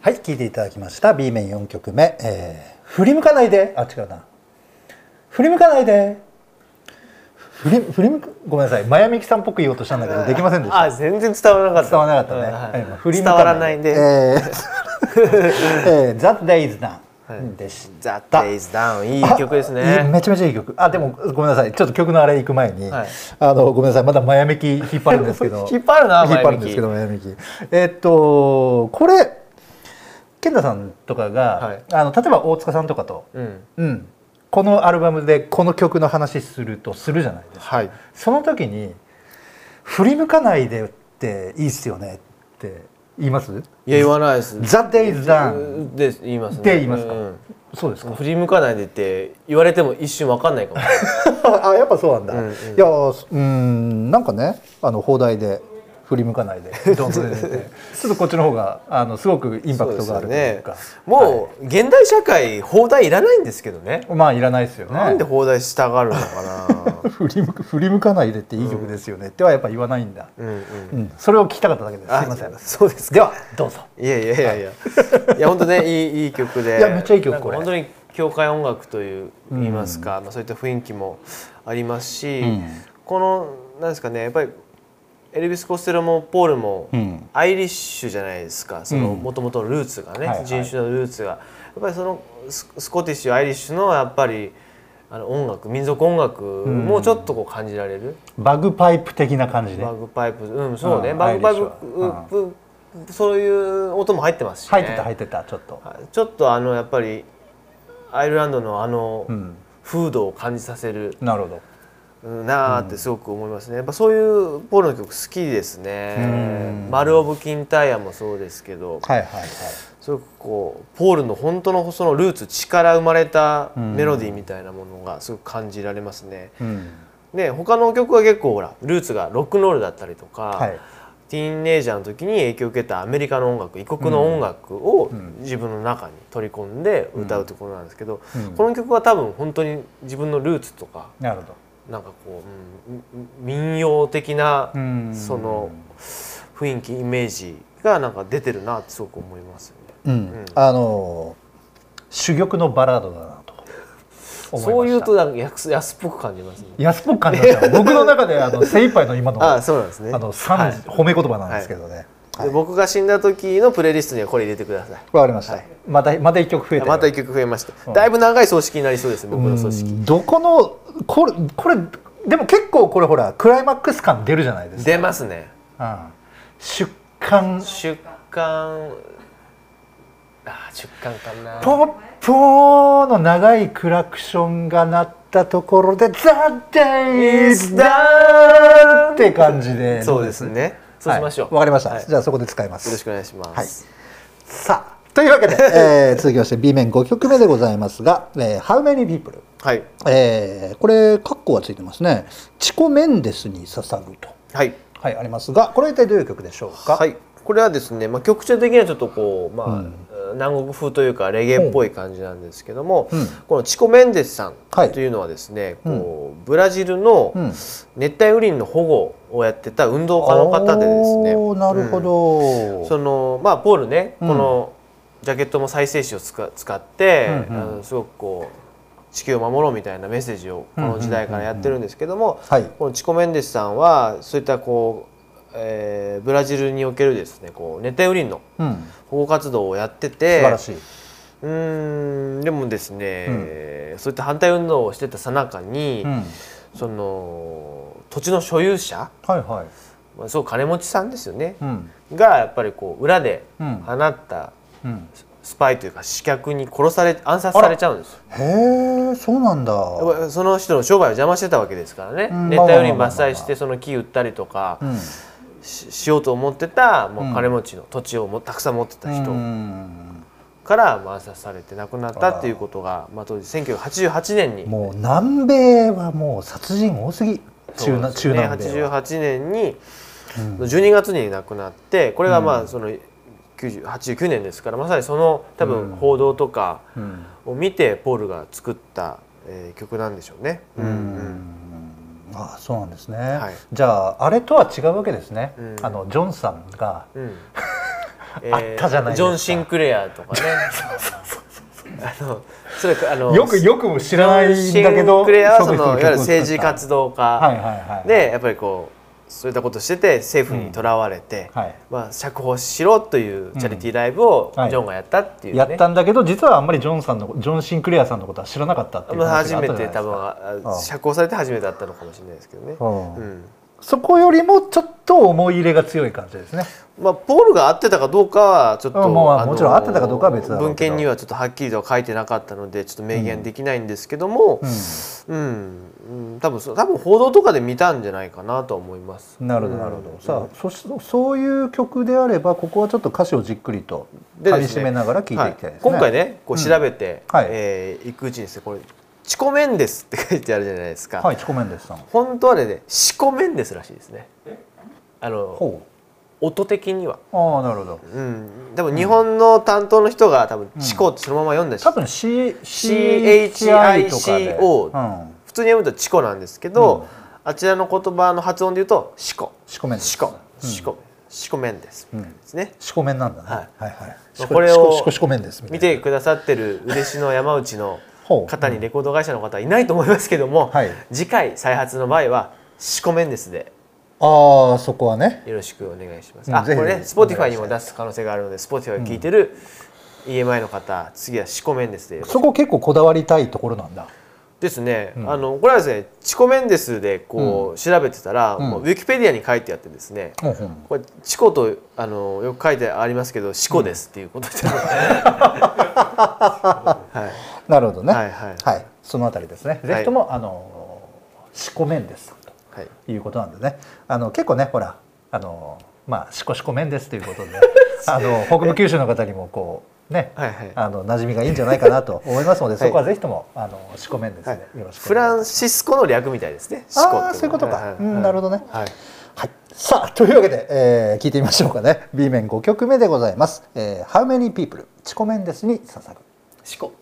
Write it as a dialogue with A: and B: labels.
A: はい聴いていただきました B 面4曲目、えー振り向かないで」あ違うな「振り向かないで」振り振り向くごめんなさいマヤミキさんっぽく言おうとしたんだけどできませんでした
B: あ全然伝わらなかった
A: 伝わらなかったね、
B: うんはい
A: 振り向
B: 伝わらないん
A: え
B: で
A: ー えー That Day is Done でし
B: 「
A: た、
B: ザ・デイズ・ダウン」いい曲です
A: あいい
B: ね
A: めちゃめちゃいい曲あでもごめんなさいちょっと曲のあれ行く前に、
B: はい
A: あのごめんなさいまだマヤミキ引っ張るんですけど
B: 引っ張るな
A: 引っ張るん
B: 前向き
A: ですけどマヤミキえっとこれ健太さんとかが、
B: はい
A: あの例えば大塚さんとかと、
B: うん
A: うん、このアルバムでこの曲の話するとするじゃないですか
B: はい
A: その時に「振り向かないで」っていいっすよねって言います
B: いや言わないです
A: The day is done
B: で言いますね
A: って言いますか
B: うん
A: そうです
B: うん
A: か
B: 振り向かないでって言われても一瞬わかんないかも
A: あやっぱそうなんだ、
B: うんうん
A: いやうんなんかねあの放題で振り向か ないでドンと出ててちょっとこっちの方があのすごくインパクトがあるというか
B: そうですよねもう現代社会放題いらないんですけどね
A: まあいらないですよね
B: なんで放題したがるのか な
A: 振り向く振り向かないでっていい曲ですよね、ってはやっぱ言わないんだ、
B: うんうん
A: うんそれを聞きたかっただけです
B: あ
A: すいません
B: そうですか
A: ではどうぞ
B: いやいやいやいやいや本当ねいいいい曲で
A: いやめっちゃいい曲
B: なんか
A: これ
B: 本当に教会音楽という言いますか、まあそういった雰囲気もありますし、
A: ん
B: このなんですかねやっぱりエルビス・コステロもポールも
A: うん
B: アイリッシュじゃないですかその
A: うん
B: もともとのルーツがね、
A: はいはい
B: 人種のルーツがやっぱりそのススコティッシュアイリッシュのやっぱりあの音楽民族音楽もちょっとこう感じられる、
A: バグパイプ的な感じね
B: バグパイプうんそうね、
A: うん
B: バグパイ
A: アイリッシュは
B: プ、うんそういう音も入ってますし、ね、
A: 入ってた入ってたちょっと
B: ちょっとあのやっぱりアイルランドのあの
A: うん
B: 風土を感じさせる
A: なるほど
B: うんなあってすごく思いますね。やっぱそういうポールの曲好きですね
A: う。ん
B: マルオブキンタイヤもそうですけど、
A: はいはいはい
B: すごくこうポールの本当のそのルーツ血から生まれたメロディーみたいなものがすごく感じられますね。
A: うん
B: で他の曲は結構ほらルーツがロックンロールだったりとか、
A: はい
B: ティーンエイジャーの時に影響を受けたアメリカの音楽異国の音楽を自分の中に取り込んで歌うところなんですけど、
A: うん
B: この曲は多分本当に自分のルーツとか
A: なるほど
B: なんかこう、うん民謡的な
A: うん
B: その雰囲気イメージがなんか出てるなってすごく思いますよね。
A: うん、あのー珠玉のバラードだなと思いました
B: そういうとなんか安安っぽく感じますね。
A: 安っぽく感じま したよ僕の中であの精一杯の今の
B: あ
A: あ
B: そうなんですね。
A: の三、
B: はい
A: 褒め言葉なんですけどね
B: で僕が死んだ時のプレイリストにはこれ入れてください。
A: わ、かりました、またまた一曲増えて
B: また一曲増えました。だいぶ長い葬式になりそうですね。僕の葬式。
A: どこのこれこれでも結構これほらクライマックス感出るじゃないですか、
B: 出ますね
A: うん、出刊
B: 出刊あー出刊かな
A: ポッポーの長いクラクションが鳴ったところで「The Day is Done」って感じで
B: そうですねそうしましょ
A: はい
B: う
A: わ、かりました、
B: はいよ
A: じゃあそこで使います
B: ろしくお願いします
A: さあというわ けで、えー続きまして B 面5曲目でございますが「えー How many people?」
B: はい
A: えーこれカッコがついてますね「チコメンデスに捧ぐと」
B: はい
A: はいありますがこれは一体どういう曲でしょうか、
B: はいこれはですね、まあ、曲調的にはちょっとこう、まあ南国風というかレゲエっぽい感じなんですけども、
A: うん
B: このチコ・メンデスさん
A: はい
B: というのはですね、こうブラジルの
A: うん
B: 熱帯雨林の保護をやってた運動家の方でですね
A: おーなるほど、
B: そのまあポールね、
A: うん
B: このジャケットも再生紙を使使って、
A: うんうん
B: あのすごくこう地球を守ろうみたいなメッセージをこの時代からやってるんですけども、
A: はい
B: このチコ・メンデスさんはそういったこう、えーブラジルにおけるですねこう熱帯雨林の
A: うん、
B: 保護活動をやってて
A: 素晴らしい、
B: うーんでもですね、そういった反対運動をしてた最中に、
A: うん、
B: その土地の所有者
A: はいはい、
B: まあすごい金持ちさんですよね、
A: うん
B: がやっぱりこう裏で
A: うん
B: 放った
A: うん、
B: スパイというか刺客に殺され暗殺されちゃうんですよ
A: へえそうなんだ
B: やっぱりその人の商売を邪魔してたわけですからね、
A: うん
B: 熱帯雨林
A: まあまあまあまあ
B: 伐採してその木売ったりとか
A: うん
B: し,、ようと思ってたも
A: ん
B: う金持ちの土地をもたくさん持ってた
A: う
B: 人
A: ん
B: からまあ暗殺されて亡くなったっていうことが、まあ、当時1988年に
A: もう南米はもう殺人多すぎ中
B: そう
A: 南
B: です
A: 中
B: ね
A: 南米は
B: 88年に12月に亡くなってこれがま
A: う
B: あその90 89年ですからまさにその多分報道とか
A: うん
B: を見てポールが作った、えー曲なんでしょうね。
A: うんああそうなんですね、
B: はい
A: じゃああれとは違うわけですね、
B: うん
A: あのジョンさんが
B: うん
A: あったじゃないですか
B: ジョン・シンクレアとかねあのそれあの
A: よくよくも知らないんだけ
B: ジョンシ
A: ど
B: ンクレアはそ
A: の人
B: のい
A: の
B: わ
A: 曲
B: ゆる政治活動家、
A: はいはいはい
B: でやっぱりこうそういったことしてて政府にとらわれて、
A: うんはい
B: まあ、釈放しろというチャリティーライブをジ
A: はい
B: ョンがやったっていうね、
A: やったんだけど実はあんまりジョンさんのジョン・シンクレアさんのことは知らなかったっていう
B: まあ
A: 話
B: 初
A: があっ
B: め
A: たじゃ
B: て
A: ないで
B: 多
A: す
B: 分
A: か
B: あ
A: うん
B: 釈放されて初めてだったのかもしれないですけどね、
A: うん
B: うん
A: そこよりもちょっと思い入れが強い感じですね
B: まあ、ポールが合ってたかどうかはちょっと、
A: うんもう
B: の
A: もちろん合ってたかどうかは別だろうけど
B: 文献にはちょっとはっきりとは書いてなかったのでちょっと明言できないんですけども、
A: うん
B: うんうん多分そう多分報道とかで見たんじゃないかなとは思います。
A: なるほどなるほど、さあそしそういう曲であればここはちょっと歌詞をじっくりと
B: で
A: か
B: で
A: み
B: す
A: し
B: ね
A: めながら聴いていきたいですね、
B: 今回ねこう
A: うん
B: 調べて、
A: はい
B: えー行くうちにですねこれ「チコメンデス」って書いてあるじゃないですか、
A: はいチコメンデスさん
B: 本当はね「シコメンデス」らしいですねあの
A: ほ
B: 音的には、
A: うああなるほど
B: うん、多分日本の担当の人が多分「チコ」ってそのまま読んだし、
A: 多分 C
B: CHICO
A: とかで、うん、
B: 普通に読むと「チコ」なんですけど、あちらの言葉の発音で言うと「シコ」
A: シコメンです
B: シコ」シコ「シコメンデス」
A: うん
B: ですね。
A: シコメンなんだね、
B: はい
A: はいはい
B: まあこれを
A: シコシコメンですみた
B: 見
A: いな
B: てくださってる嬉野山内の
A: ほう
B: 方にレコード会社の方はいないと思いますけども、
A: はい
B: 次回再発の場合はシコメンデスで
A: ああそこはね
B: よろしくお願いします、
A: うん
B: あこ
A: ぜひ
B: れね
A: ぜひ
B: Spotify にも出す可能性があるので Spotify を聞いてる EMI の方次はシコメンデスでよろしく
A: そこ結構こだわりたいところなんだ
B: ですね、あのこれはですねチコメンデスでこう、調べてたら、
A: ん
B: もうウィキペディアに書いてあってですね、
A: うんうん
B: これチコとあのよく書いてありますけど「シコです」っていうことで、 はい
A: なるほどね
B: はいはい
A: そのあたりですね
B: い
A: ぜひとも、あのシコメンデスさんと
B: はい、
A: いうことなんでねあの結構ねほらあのまあシコシコ麺ですということ であの北部九州の方にもこうね、
B: はいはい
A: あの馴染みがいいんじゃないかなと思いますので、
B: はい
A: そこはぜひともあのシコ麺です
B: は
A: ね、
B: い
A: よろしく
B: フ
A: お願いし
B: ラ
A: ます
B: ンシスコの略みたいですね。シコ
A: あ
B: っ
A: あ
B: て
A: そういうことか、
B: はいはい
A: うんなるほどね
B: はい。
A: はい、さあというわけで、えー聞いてみましょうかね B 面5曲目でございます「えー、How many people チコメンデスに捧ぐ」
B: シコ。